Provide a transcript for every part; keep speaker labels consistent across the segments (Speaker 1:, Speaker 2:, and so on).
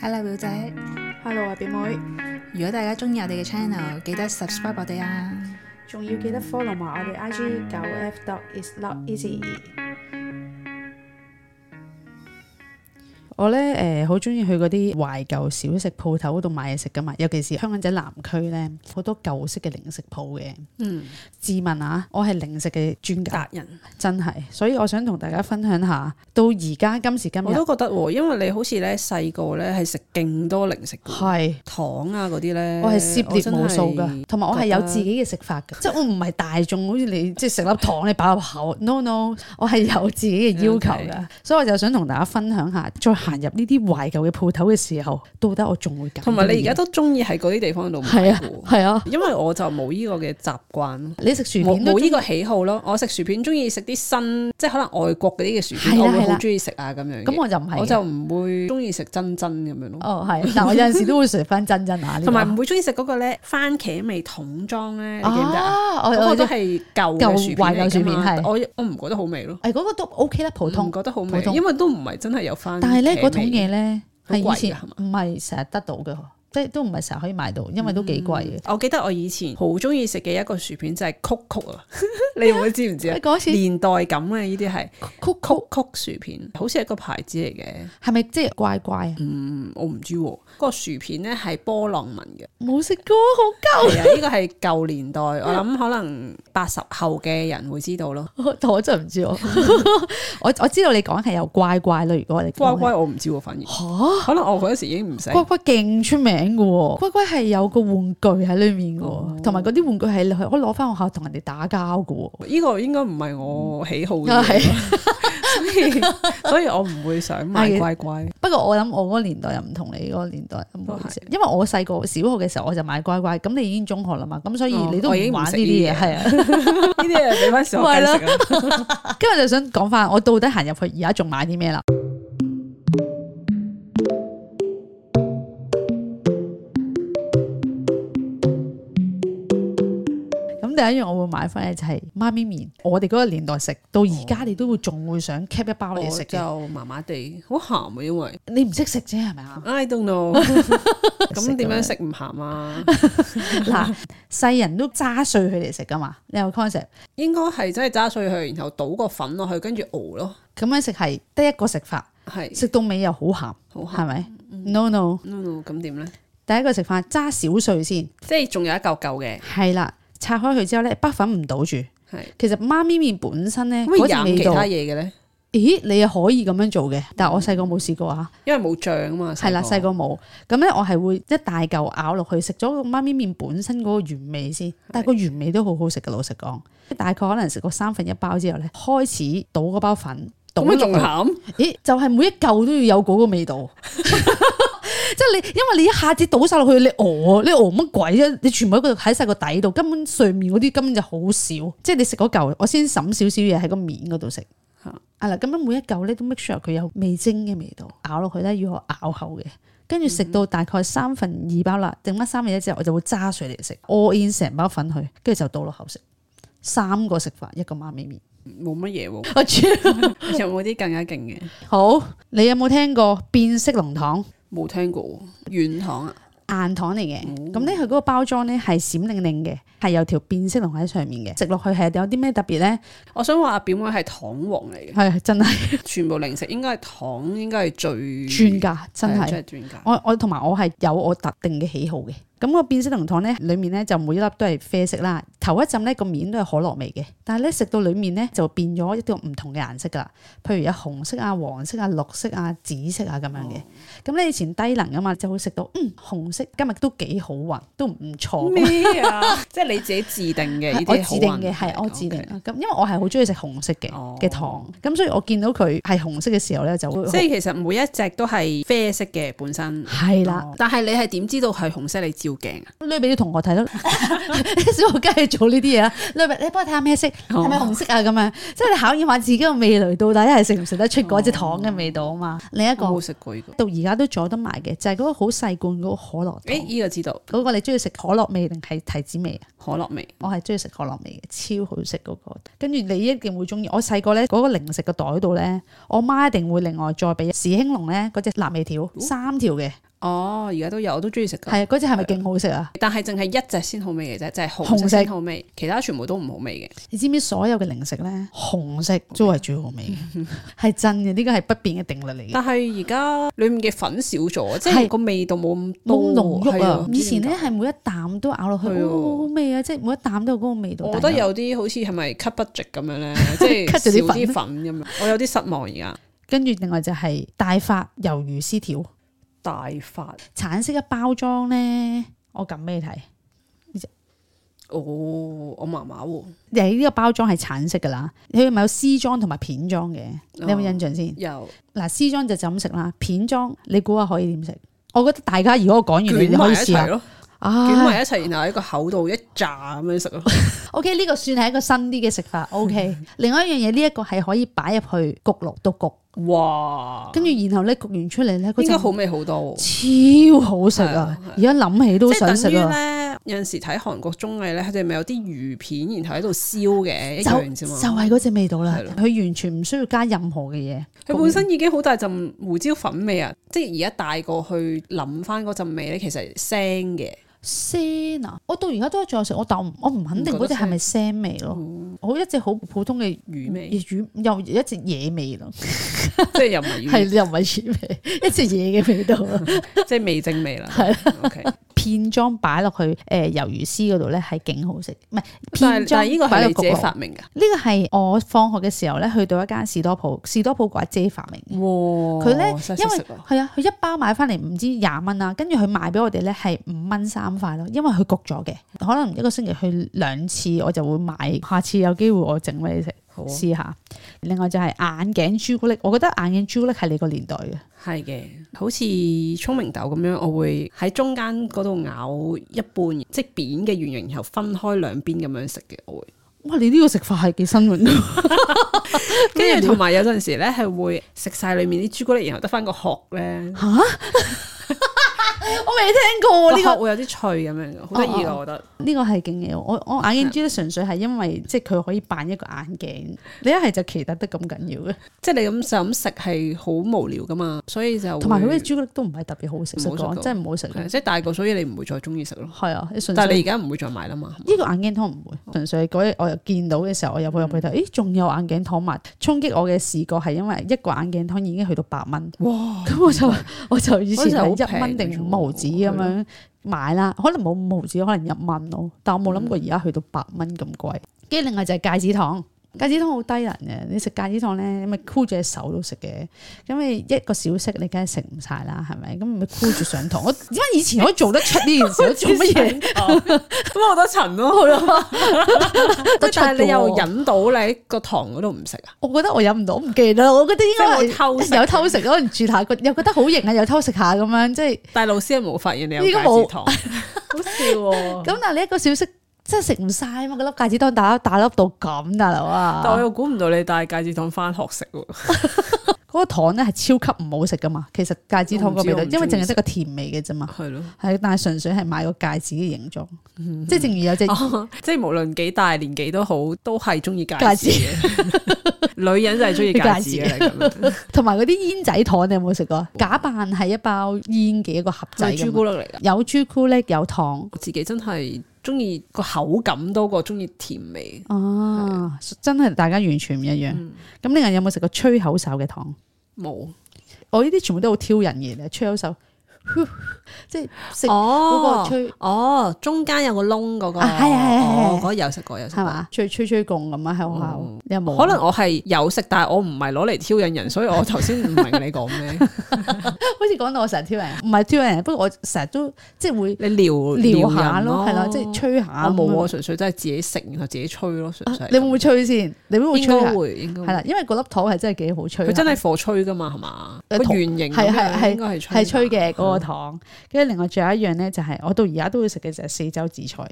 Speaker 1: Hello 表姐，
Speaker 2: Hello 啊，表妹，
Speaker 1: 如果大家中意我哋嘅 channel，記得 subscribe 我哋啊！
Speaker 2: 仲要記得 follow 埋我哋 IG 九 F dot is not easy。
Speaker 3: 我咧誒好中意去嗰啲懷舊小食鋪頭嗰度買嘢食噶嘛，尤其是香港仔南區咧，好多舊式嘅零食鋪嘅。
Speaker 4: 嗯，
Speaker 3: 自問啊，我係零食嘅專家，
Speaker 4: 達人，
Speaker 3: 真係，所以我想同大家分享下，到而家今時今
Speaker 4: 我
Speaker 3: 日
Speaker 4: 都覺得喎，因為你好似咧細個咧係食勁多零食嘅
Speaker 3: 係。
Speaker 4: 糖啊嗰啲咧，
Speaker 3: 我係涉獵無數
Speaker 4: 我
Speaker 3: 噶
Speaker 4: 真係，
Speaker 3: 同埋我係有自己嘅食法 噶，即係我唔係大眾，好似你即係食粒糖你擺入口，no no，我係有自己嘅要求噶
Speaker 4: Okay
Speaker 3: 所以我就想同大家分享下，再行入呢啲懷舊嘅鋪頭嘅時候，到底我仲會揀
Speaker 4: 同埋你而家
Speaker 3: 家
Speaker 4: 都中意喺嗰啲地 方度買
Speaker 3: 係啊
Speaker 4: 嘅喎
Speaker 3: 係啊，
Speaker 4: 因為我就冇呢個嘅習慣咯。
Speaker 3: 你食薯
Speaker 4: 冇
Speaker 3: 片都
Speaker 4: 冇呢
Speaker 3: 中
Speaker 4: 個喜好咯，我食薯片中意食啲新，即係可能外國嗰啲嘅薯片，
Speaker 3: 係啦
Speaker 4: 我會
Speaker 3: 係
Speaker 4: 好
Speaker 3: 啦
Speaker 4: 中意食啊咁樣嘅。
Speaker 3: 咁我就唔係嘅，
Speaker 4: 我就唔會中意食真真咁樣咯，
Speaker 3: 哦係，但我有陣時都會食翻真真啊，呢個
Speaker 4: 同埋唔會中意食嗰個咧番茄味桶裝咧，你記唔記得啊？
Speaker 3: 啊，我
Speaker 4: 嗰
Speaker 3: 我
Speaker 4: 個都
Speaker 3: 誒
Speaker 4: 係舊
Speaker 3: 舊
Speaker 4: 嘅薯片嚟㗎嘛
Speaker 3: 懷舊薯片係
Speaker 4: 我我唔覺得好味咯，
Speaker 3: 嗰個都 OK 啦，普通
Speaker 4: 唔，覺得好
Speaker 3: 普
Speaker 4: 味，
Speaker 3: 通
Speaker 4: 因為都唔係真係有番茄味。
Speaker 3: 但係咧嗰桶嘢咧
Speaker 4: 好貴
Speaker 3: 係
Speaker 4: 㗎
Speaker 3: 以前
Speaker 4: 係嘛
Speaker 3: 唔係成日得到嘅，即係都唔係成日可以買到，因為都幾貴嘅。
Speaker 4: 我記得我以前好中意食嘅一個薯片就係曲曲啊， 你會知唔知啊
Speaker 3: 你？嗰次曲
Speaker 4: 年代感啊，呢啲係
Speaker 3: 曲
Speaker 4: 曲曲薯片，好似係一個牌子嚟嘅。
Speaker 3: 係咪即係怪怪啊？
Speaker 4: 嗯，我唔知喎。嗰、個薯片咧係波浪紋 嘅，
Speaker 3: 冇食過，好
Speaker 4: 係啊，呢個係舊年代， 我諗可能八十後嘅人會知道咯。
Speaker 3: 鳩，但我真係唔 知喎。我我知道你講係有怪怪啦，如果你
Speaker 4: 乖
Speaker 3: 講係
Speaker 4: 乖我唔知喎，反而
Speaker 3: 嚇
Speaker 4: 可能我嗰時已經唔使。
Speaker 3: 乖乖勁出名嘅喎，乖乖係有個玩具喺裡面嘅
Speaker 4: 哦
Speaker 3: 喎，同埋嗰啲玩具係你可以攞翻學校同人哋打交嘅喎。
Speaker 4: 呢個應該唔係我喜好
Speaker 3: 啊
Speaker 4: 嘅
Speaker 3: 係，
Speaker 4: 嘢，所以我唔會想買
Speaker 3: 係
Speaker 4: 乖乖。
Speaker 3: 不過我諗我嗰個年代又唔同你嗰個年代，唔好意思，因為我細個小學嘅時候我就買乖乖，咁你已經中學啦嘛，咁所以
Speaker 4: 哦
Speaker 3: 你都唔
Speaker 4: 我已經唔
Speaker 3: 玩呢
Speaker 4: 食
Speaker 3: 啲嘢，
Speaker 4: 呢啲嘢
Speaker 3: 係啊。
Speaker 4: 呢啲嘢俾翻小學雞 食啊！
Speaker 3: 今日就想講翻，我到底行入去而家仲買啲咩啦？咁第一樣我會買翻嘅就係媽咪麵，我哋嗰個年代食到而家，你都會仲會想 cap 一包嚟
Speaker 4: 哦我
Speaker 3: 食嘅。
Speaker 4: 就麻麻地，好鹹啊，因為？
Speaker 3: 你唔識食啫，係咪啊
Speaker 4: I don't know，
Speaker 3: 食
Speaker 4: 咁點樣食唔鹹啊？
Speaker 3: 嗱，世人都揸碎佢嚟食噶嘛，你有個 concept。
Speaker 4: 應該係真係揸碎佢，然後倒個粉落去，跟住熬咯，
Speaker 3: 咁樣食係得一個食法，
Speaker 4: 係
Speaker 3: 食到尾又好鹹，
Speaker 4: 好鹹。
Speaker 3: 係咪？No
Speaker 4: 嗯
Speaker 3: no，
Speaker 4: No no，咁點咧？
Speaker 3: 第一個食法揸小碎先。
Speaker 4: 即係仲有一嚿嚿嘅，
Speaker 3: 係啦，拆開佢之後咧，北粉唔倒住。
Speaker 4: 係
Speaker 3: 其實媽咪麵本身咧
Speaker 4: 可以
Speaker 3: 嗰陣
Speaker 4: 飲
Speaker 3: 味
Speaker 4: 其
Speaker 3: 道
Speaker 4: 他，嗯嘢嘅咧，
Speaker 3: 咦，你又可以咁樣做嘅，但係我細個冇試過啊。
Speaker 4: 因為冇醬啊嘛。
Speaker 3: 係啦，細個冇。咁咧，我係會一大嚿咬落去，食咗個媽咪麵本身嗰個原味先。但係個原味都好好食嘅，老實講。大概可能食過三分一包之後咧，開始倒嗰包粉，倒
Speaker 4: 咁咪仲
Speaker 3: 落去
Speaker 4: 鹹？
Speaker 3: 咦，就係、每一嚿都要有嗰個味道。 即係你，因為你一下子倒晒落去，你餓，你餓乜鬼啫？你全部喺個喺晒個底度，根本上面嗰啲根本就好少。即係你食嗰嚿，我先揼少少嘢喺個面嗰度食。
Speaker 4: 嚇
Speaker 3: 啊嗱，咁樣每一嚿咧都 make sure 佢有味精嘅味道，咬落去咧要有咬口嘅。跟住食到大概三分二包啦，定乜三分一之後，我就會揸水嚟食，all in 成包粉去，跟住就倒落口食。三個食法，一個媽咪麵。
Speaker 4: 冇乜嘢喎，
Speaker 3: 我超
Speaker 4: 有冇啲更加勁嘅？
Speaker 3: 好，你有冇聽過變色龍糖？
Speaker 4: 冇聽過喎軟糖啊，
Speaker 3: 硬糖嚟嘅，
Speaker 4: 哦
Speaker 3: 咁咧佢嗰個包裝咧係閃靈靈嘅，係有條變色龍喺上面嘅，食落去係有啲咩特別咧？
Speaker 4: 我想話阿表妹係糖王嚟 嘅，
Speaker 3: 係真係
Speaker 4: 全部零食應該係糖，應該係最
Speaker 3: 專家，真
Speaker 4: 嗯係啊
Speaker 3: 係
Speaker 4: 真係專家。
Speaker 3: 我我同埋我係有我特定嘅喜好嘅。咁個變色龍糖咧，裡面咧就每一粒都係啡色啦，頭一陣咧個面都係可樂味嘅，但係咧食到裡面咧就變咗一啲唔同嘅顏色噶啦，譬如有紅色啊、黃色啊、綠色啊、紫色啊咁樣
Speaker 4: 哦
Speaker 3: 嘅。咁咧以前低能啊嘛，就會食到嗯紅色，今日都幾好運，都唔錯。
Speaker 4: 咩啊？ 即係你自己自定嘅呢
Speaker 3: 哦係
Speaker 4: 啲
Speaker 3: 我
Speaker 4: 好
Speaker 3: 指定
Speaker 4: 運
Speaker 3: 嘅係我
Speaker 4: OK
Speaker 3: 指定啦，咁因為我係好中意食紅色嘅
Speaker 4: 哦
Speaker 3: 嘅糖，咁所以我見到佢係紅色嘅時候咧就會
Speaker 4: 即係其實每一隻都係啡色嘅本身，
Speaker 3: 係啦，
Speaker 4: 哦但係你係點知道係紅色？你照照鏡啊？
Speaker 3: 攞俾啲同學睇咯，小學梗係做呢啲嘢啦。攞俾你幫我睇下咩色，
Speaker 4: 哦
Speaker 3: 係咪紅色啊？咁樣即係你考驗下自己個味蕾到底係食唔食得出嗰隻糖嘅味道啊嘛。另一個
Speaker 4: 我冇食過呢個。
Speaker 3: 到而家都做得埋嘅，就係嗰個好細罐嗰個可樂
Speaker 4: 誒，
Speaker 3: 糖。
Speaker 4: 呢個知道
Speaker 3: 嗰個你中意食可樂味定係提子味啊？
Speaker 4: 可樂味，
Speaker 3: 我係中意食可樂味嘅，超好食嗰、個。跟住你一定會中意。我細個咧嗰個零食嘅袋度咧，我媽一定會另外再俾時興隆咧嗰只辣味條三條嘅，
Speaker 4: 哦，而家都有，我都中意食㗎。
Speaker 3: 係啊嗰只係咪勁好食啊？
Speaker 4: 但係淨係一隻先好味嘅啫，就係
Speaker 3: 紅
Speaker 4: 紅
Speaker 3: 色
Speaker 4: 色先好味，其他全部都唔好味嘅。
Speaker 3: 你知唔知所有嘅零食咧，紅色都係最好味嘅， 係真嘅，呢個係不變嘅定律嚟嘅。
Speaker 4: 但係而家裡面嘅粉少咗，即
Speaker 3: 嗯係
Speaker 4: 係個味道冇咁
Speaker 3: 冇
Speaker 4: 多
Speaker 3: 濃郁
Speaker 4: 係嗯
Speaker 3: 啊！
Speaker 4: 唔知
Speaker 3: 以前咧
Speaker 4: 點解
Speaker 3: 係每一啖都咬落去，
Speaker 4: 係啊
Speaker 3: 哦好好味啊！即係每一啖都有嗰個味道。
Speaker 4: 我覺得
Speaker 3: 但係
Speaker 4: 有啲好似係咪 cut budget 咁 樣咧，即係
Speaker 3: cut 咗啲
Speaker 4: 少
Speaker 3: 粉
Speaker 4: 啲粉咁樣，我有啲失望而家。
Speaker 3: 跟住另外就係大發魷魚絲條，
Speaker 4: 大發
Speaker 3: 橙色嘅包裝咧，我撳俾你睇。
Speaker 4: 哦，我麻麻喎，
Speaker 3: 誒呢個包裝係橙色噶啦，佢咪有絲裝同埋片裝嘅，
Speaker 4: 哦
Speaker 3: 你有冇印象先？
Speaker 4: 又
Speaker 3: 嗱，絲裝就就咁食啦，片裝你估下可以點食？我覺得大家如果我講完，你
Speaker 4: 捲
Speaker 3: 哋
Speaker 4: 埋
Speaker 3: 可
Speaker 4: 一
Speaker 3: 以試
Speaker 4: 齊
Speaker 3: 下。
Speaker 4: 咯，捲
Speaker 3: 啊
Speaker 4: 埋一齊，然後喺個口度一炸咁樣食咯。
Speaker 3: ，OK，呢個算係一個新啲嘅食法。OK，另 外一樣嘢，呢一個係可以擺入去焗爐度焗，
Speaker 4: 哇！
Speaker 3: 跟住然後咧焗完出嚟咧，嗰
Speaker 4: 啊應該
Speaker 3: 陣
Speaker 4: 好味好多喎。
Speaker 3: 超好食啊
Speaker 4: 係啊係！啊
Speaker 3: 而家諗起都
Speaker 4: 即係
Speaker 3: 想食
Speaker 4: 等於
Speaker 3: 啊！
Speaker 4: 咧，有陣時睇韓國綜藝咧，佢哋咪有啲魚片，然後喺度燒嘅一
Speaker 3: 就
Speaker 4: 樣
Speaker 3: 就
Speaker 4: 啫嘛。
Speaker 3: 係嗰只味道啦
Speaker 4: 係，咯
Speaker 3: 佢完全唔需要加任何嘅嘢。
Speaker 4: 佢本身已經好大陣胡椒粉味啊！即係而家大個去諗翻嗰陣味咧，其實係腥嘅。
Speaker 3: 腥啊！我到而家都仲有食，我但我唔我唔肯定嗰只係咪腥味咯。我一隻好普通嘅
Speaker 4: 嗯魚味
Speaker 3: 魚又一隻野味咯，
Speaker 4: 即係又唔
Speaker 3: 係
Speaker 4: 係魚，
Speaker 3: 又唔係魚味， 一隻野嘅味道啊。
Speaker 4: 即係味精味啦。
Speaker 3: 係
Speaker 4: OK，
Speaker 3: 片裝擺落去誒魷魚絲嗰度咧係勁好食，唔係
Speaker 4: 但
Speaker 3: 片
Speaker 4: 係但係呢個
Speaker 3: 裝擺
Speaker 4: 係
Speaker 3: 落
Speaker 4: 你自己
Speaker 3: 焗
Speaker 4: 發
Speaker 3: 爐。
Speaker 4: 明㗎。
Speaker 3: 呢個係我放學嘅時候咧，去到一間士多鋪，士多鋪個阿姐發明嘅。
Speaker 4: 哇！
Speaker 3: 佢咧
Speaker 4: 細細
Speaker 3: 因為
Speaker 4: 食啊
Speaker 3: 係啊，佢一包買翻嚟唔知廿蚊啦，跟住佢賣俾我哋咧係五蚊三塊咯，因為佢焗咗嘅，可能一個星期去兩次，我就會買，下次有機會我整俾你食
Speaker 4: 好啊
Speaker 3: 試下。另外就係眼鏡朱古力，我覺得眼鏡朱古力係你個年代嘅，
Speaker 4: 係嘅，好似聰明豆咁樣，我會喺中間嗰度咬一半，即係扁嘅圓形，然後分開兩邊咁樣食嘅，我會。
Speaker 3: 哇！你呢個食法係幾新穎啊㗎
Speaker 4: 跟住同埋有陣時咧係會食晒裡面啲朱古力，然後得翻個殼咧，
Speaker 3: 我未
Speaker 4: 哦
Speaker 3: 聽
Speaker 4: 個
Speaker 3: 過呢
Speaker 4: 殼會有啲脆咁樣，好得意
Speaker 3: 哦
Speaker 4: 啊㗎，我覺得。
Speaker 3: 個，呢個係勁嘢喎。我我眼鏡朱古力純粹係因為即係佢可以扮一個眼鏡，你一係就奇特得咁緊要嘅，
Speaker 4: 即係你咁就咁食係好無聊㗎嘛，所以就
Speaker 3: 同埋佢
Speaker 4: 會
Speaker 3: 啲朱古力都唔係特別好食，實
Speaker 4: 唔好食
Speaker 3: 講
Speaker 4: 到
Speaker 3: 真係唔好食。
Speaker 4: 係即係大個，所以你唔會再中意食咯。
Speaker 3: 係啊，你純粹
Speaker 4: 但係你而家唔會再買啦 嘛。
Speaker 3: 呢個眼鏡糖唔會，
Speaker 4: 哦
Speaker 3: 純粹嗰日我又見到嘅時候，我入
Speaker 4: 嗯
Speaker 3: 去入去睇，咦，仲有眼鏡糖賣，衝擊我嘅視覺係因為一個眼鏡糖已經去到八蚊，
Speaker 4: 哇！
Speaker 3: 咁我 就我就以前
Speaker 4: 嗰時好
Speaker 3: 係一
Speaker 4: 平
Speaker 3: 蚊定五毫子咁
Speaker 4: 嘅啫喎
Speaker 3: 樣買啦，可能冇五毫子，可能一蚊咯，但我冇諗過
Speaker 4: 嗯
Speaker 3: 而家去到八蚊咁貴。跟住另外就係戒指糖。戒指糖好低能嘅，你食戒指糖咧，咪箍住隻手度食嘅，因為一個小息你梗係食唔晒啦，係咪？咁咪箍住上 堂。我點解以前可以做得出呢件事？我做乜嘢？
Speaker 4: 哦咁好多層咯，
Speaker 3: 得
Speaker 4: 但
Speaker 3: 出
Speaker 4: 係你
Speaker 3: 嘅
Speaker 4: 又
Speaker 3: 喎
Speaker 4: 引到你喺個糖嗰度唔食啊？
Speaker 3: 我覺得我飲唔到，我唔記得啦。我覺得應該
Speaker 4: 即係冇偷食
Speaker 3: 有偷食，可能住下個 又覺得好型啊，又偷食下咁樣，即係
Speaker 4: 但係老師係冇發現你有
Speaker 3: 呢
Speaker 4: 戒
Speaker 3: 個冇
Speaker 4: 指糖，好笑喎！
Speaker 3: 咁。但係你一個小息真係食唔晒啊嘛，個粒戒指當打粒打粒到咁大佬啊！
Speaker 4: 但我又估唔到你帶戒指糖翻學食喎，
Speaker 3: 嗰個糖咧係超級唔好食噶嘛，其實戒指糖個味道，
Speaker 4: 我唔知
Speaker 3: 因為
Speaker 4: 我唔中
Speaker 3: 淨
Speaker 4: 意
Speaker 3: 係
Speaker 4: 食
Speaker 3: 得個甜味嘅啫嘛。
Speaker 4: 係咯，
Speaker 3: 係，但係純粹係買個戒指嘅形狀，
Speaker 4: 嗯
Speaker 3: 即係正如有隻
Speaker 4: 哦即係無論幾大年紀都好，都係中意戒指
Speaker 3: 戒
Speaker 4: 嘅。 女人就係中意戒指嘅啦咁樣，
Speaker 3: 同埋嗰啲煙仔糖，你有冇食過？假扮係一包煙嘅一個盒 仔
Speaker 4: 係
Speaker 3: 咁啊，
Speaker 4: 朱古力嚟噶。
Speaker 3: 有朱古力有糖。
Speaker 4: 我自己真係中意個口感多過中意甜味。
Speaker 3: 哦，真係大家完全唔一樣。咁另外有冇食過吹口哨嘅糖？
Speaker 4: 冇
Speaker 3: 我呢啲全部都好挑人嘅咧，吹口哨，即係食嗰
Speaker 4: 哦
Speaker 3: 個吹
Speaker 4: 哦，中間有個窿嗰個，
Speaker 3: 啊係啊係啊係啊
Speaker 4: 哦嗰有食過有食
Speaker 3: 係
Speaker 4: 過。
Speaker 3: 嘛？吹吹吹共咁樣喺學校，你有冇啊？
Speaker 4: 可能我係有食，但係我唔係攞嚟挑引人，所以我頭先唔明你講咩。
Speaker 3: 好似講到我成日挑人，唔係挑人，不過我成日都即係會
Speaker 4: 你撩
Speaker 3: 撩
Speaker 4: 撩
Speaker 3: 下
Speaker 4: 人
Speaker 3: 咯，係啦，即係吹下
Speaker 4: 我
Speaker 3: 咁樣。啊
Speaker 4: 冇啊，純粹真係自己食，然後自己吹咯，純粹係咁。
Speaker 3: 你會唔會吹先？你會唔會
Speaker 4: 應
Speaker 3: 吹下
Speaker 4: 該？會，應該
Speaker 3: 係啦，因為嗰粒糖係真係幾好吹下。
Speaker 4: 佢真係火吹噶嘛，係嘛？
Speaker 3: 誒
Speaker 4: 個
Speaker 3: 同
Speaker 4: 圓形
Speaker 3: 係
Speaker 4: 咁
Speaker 3: 係
Speaker 4: 樣
Speaker 3: 係
Speaker 4: 應該係吹嗯哦
Speaker 3: 係吹嘅嗰個包糖。跟住另外仲有一樣咧，就係我到而家都會食嘅就係四洲紫菜。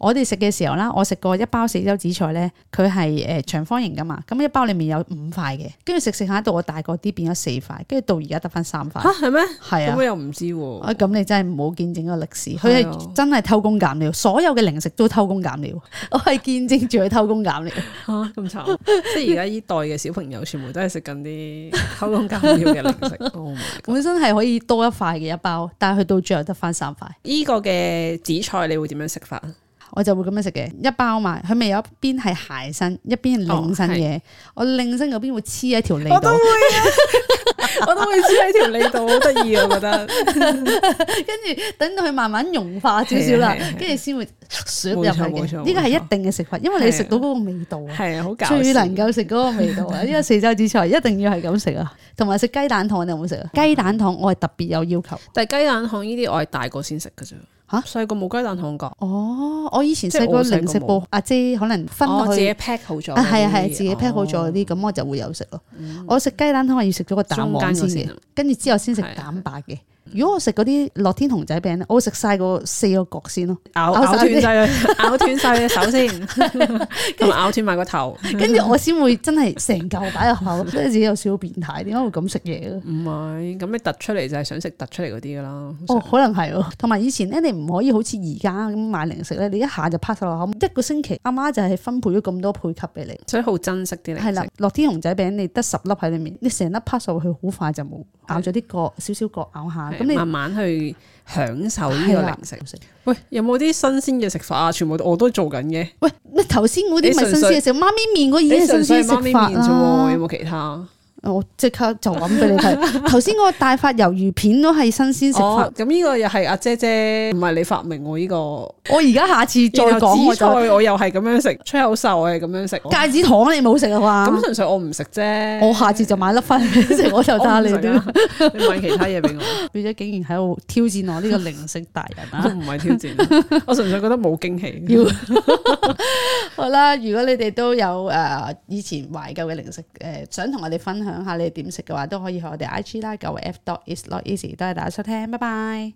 Speaker 3: 我哋食嘅時候啦，我食過一包四洲紫菜咧，佢係誒呃長方形噶嘛，咁一包裡面有五塊嘅，跟住食食下到我大個啲變咗四塊，跟住到而家得翻三塊
Speaker 4: 吓，係咩？
Speaker 3: 係
Speaker 4: 咁
Speaker 3: 啊
Speaker 4: 我。又唔知喎。
Speaker 3: 啊！咁你真係冇見證個歷史，佢
Speaker 4: 係啊
Speaker 3: 係真係偷工減料，所有嘅零食都偷工減 料。我係見證住佢偷工減料，
Speaker 4: 吓咁慘！即係而家呢代嘅小朋友，全部都係食緊 啲偷工減料嘅零食。Oh my god！
Speaker 3: 本身係可以多一塊嘅一包，但係佢到最後得翻三塊，
Speaker 4: 依個嘅紫菜你會點樣食法？啊
Speaker 3: 我就會咁樣食嘅，一包嘛，佢咪有一邊係鞋身，一邊係
Speaker 4: 哦
Speaker 3: 擰身嘅，我擰身嗰邊會黐喺條脷度，
Speaker 4: 我都會黐喺條脷度，好得意啊！我覺得
Speaker 3: 跟住等到佢慢慢融化少少啦
Speaker 4: 係啊係啊係啊，
Speaker 3: 跟住先會啜入去
Speaker 4: 冇錯冇
Speaker 3: 嘅。
Speaker 4: 錯
Speaker 3: 呢個係一定嘅食法，因為你
Speaker 4: 係啊
Speaker 3: 食到嗰個味道啊。
Speaker 4: 係啊，好搞笑。
Speaker 3: 最能夠食嗰個味道啊！呢個四洲紫菜一定要係咁食 啊，同埋食雞蛋糖你有冇食啊？雞蛋糖我係特別有要求。
Speaker 4: 但係雞蛋糖呢啲我係大個先食嘅啫。
Speaker 3: 吓
Speaker 4: 細個冇雞蛋糖㗎，
Speaker 3: 哦，我以前細
Speaker 4: 即係
Speaker 3: 個
Speaker 4: 我細個哦
Speaker 3: 零食部阿姐可能分
Speaker 4: 我
Speaker 3: 落
Speaker 4: 自己
Speaker 3: 去
Speaker 4: pack 好咗嗰啲。
Speaker 3: 啊，係啊係啊，自己
Speaker 4: 哦嗯
Speaker 3: pack 好咗嗰啲，咁我就會有食咯。我食雞蛋糖我要食咗個蛋黃先
Speaker 4: 中間嗰
Speaker 3: 嘅
Speaker 4: 個先，
Speaker 3: 跟住之後先食
Speaker 4: 係啊
Speaker 3: 蛋白嘅。如果我食嗰啲樂天熊仔餅咧，我會食晒個四個角先 咯，
Speaker 4: 咬
Speaker 3: 咬
Speaker 4: 咬
Speaker 3: 晒
Speaker 4: 斷 晒佢，咬斷晒隻手先，同埋咬斷埋個頭。
Speaker 3: 跟住我先會真係成嚿擺入口， 即係自己有少少變態，點解會咁食嘢咧？
Speaker 4: 唔係，咁你突出嚟就係想食突出嚟嗰啲㗎啦。
Speaker 3: 哦，可能係喎，同埋以前咧，你唔可以好似而家咁買零食咧，你一下就拍晒落口，一個星期阿媽就係分配咗咁多配給俾你，
Speaker 4: 所以好珍惜啲零
Speaker 3: 係啦
Speaker 4: 食。，
Speaker 3: 樂天熊仔餅你得十粒喺裡面，你成粒拍晒落去，好快就冇咬咗啲角，少少角咬下，咁
Speaker 4: 係
Speaker 3: 你
Speaker 4: 慢慢去享受呢
Speaker 3: 係
Speaker 4: 個
Speaker 3: 啦
Speaker 4: 零食。喂，有冇啲新鮮嘅食法啊？全部我都做緊嘅。
Speaker 3: 喂，咩頭先嗰啲
Speaker 4: 你
Speaker 3: 咪
Speaker 4: 純
Speaker 3: 新鮮
Speaker 4: 粹
Speaker 3: 嘅食，媽咪面嗰已
Speaker 4: 你
Speaker 3: 經係
Speaker 4: 純
Speaker 3: 新
Speaker 4: 粹
Speaker 3: 鮮
Speaker 4: 係媽
Speaker 3: 食
Speaker 4: 咪面
Speaker 3: 法啊
Speaker 4: 啫喎，有
Speaker 3: 啦。
Speaker 4: 冇其他？
Speaker 3: 我即刻就咁俾你 睇，頭先嗰個大發魷魚片都係新鮮食法
Speaker 4: 哦，。咁呢個又係阿姐姐，唔係你發明我呢個。
Speaker 3: 我而家下次再
Speaker 4: 然後
Speaker 3: 講我
Speaker 4: 紫菜
Speaker 3: 就
Speaker 4: 我又係咁樣食，吹口哨我係咁樣食。
Speaker 3: 戒指糖你冇食啊嘛
Speaker 4: 咁。純粹我唔食啫。
Speaker 3: 我下次就買粒翻嚟食，我就睇下你
Speaker 4: 我唔食
Speaker 3: 點。
Speaker 4: 啊你買其他嘢俾我，
Speaker 3: 表姐竟然喺度挑戰我呢個零食大人
Speaker 4: 我
Speaker 3: 啊！
Speaker 4: 唔係挑戰，啊我純粹覺得冇驚喜。
Speaker 3: 要好啦，如果你哋都有誒、呃以前懷舊嘅零食誒、呃想同我哋分享下你哋點食嘅話，都可以去我哋 I G 啦，九 F dot is not easy。多謝大家收聽，拜拜。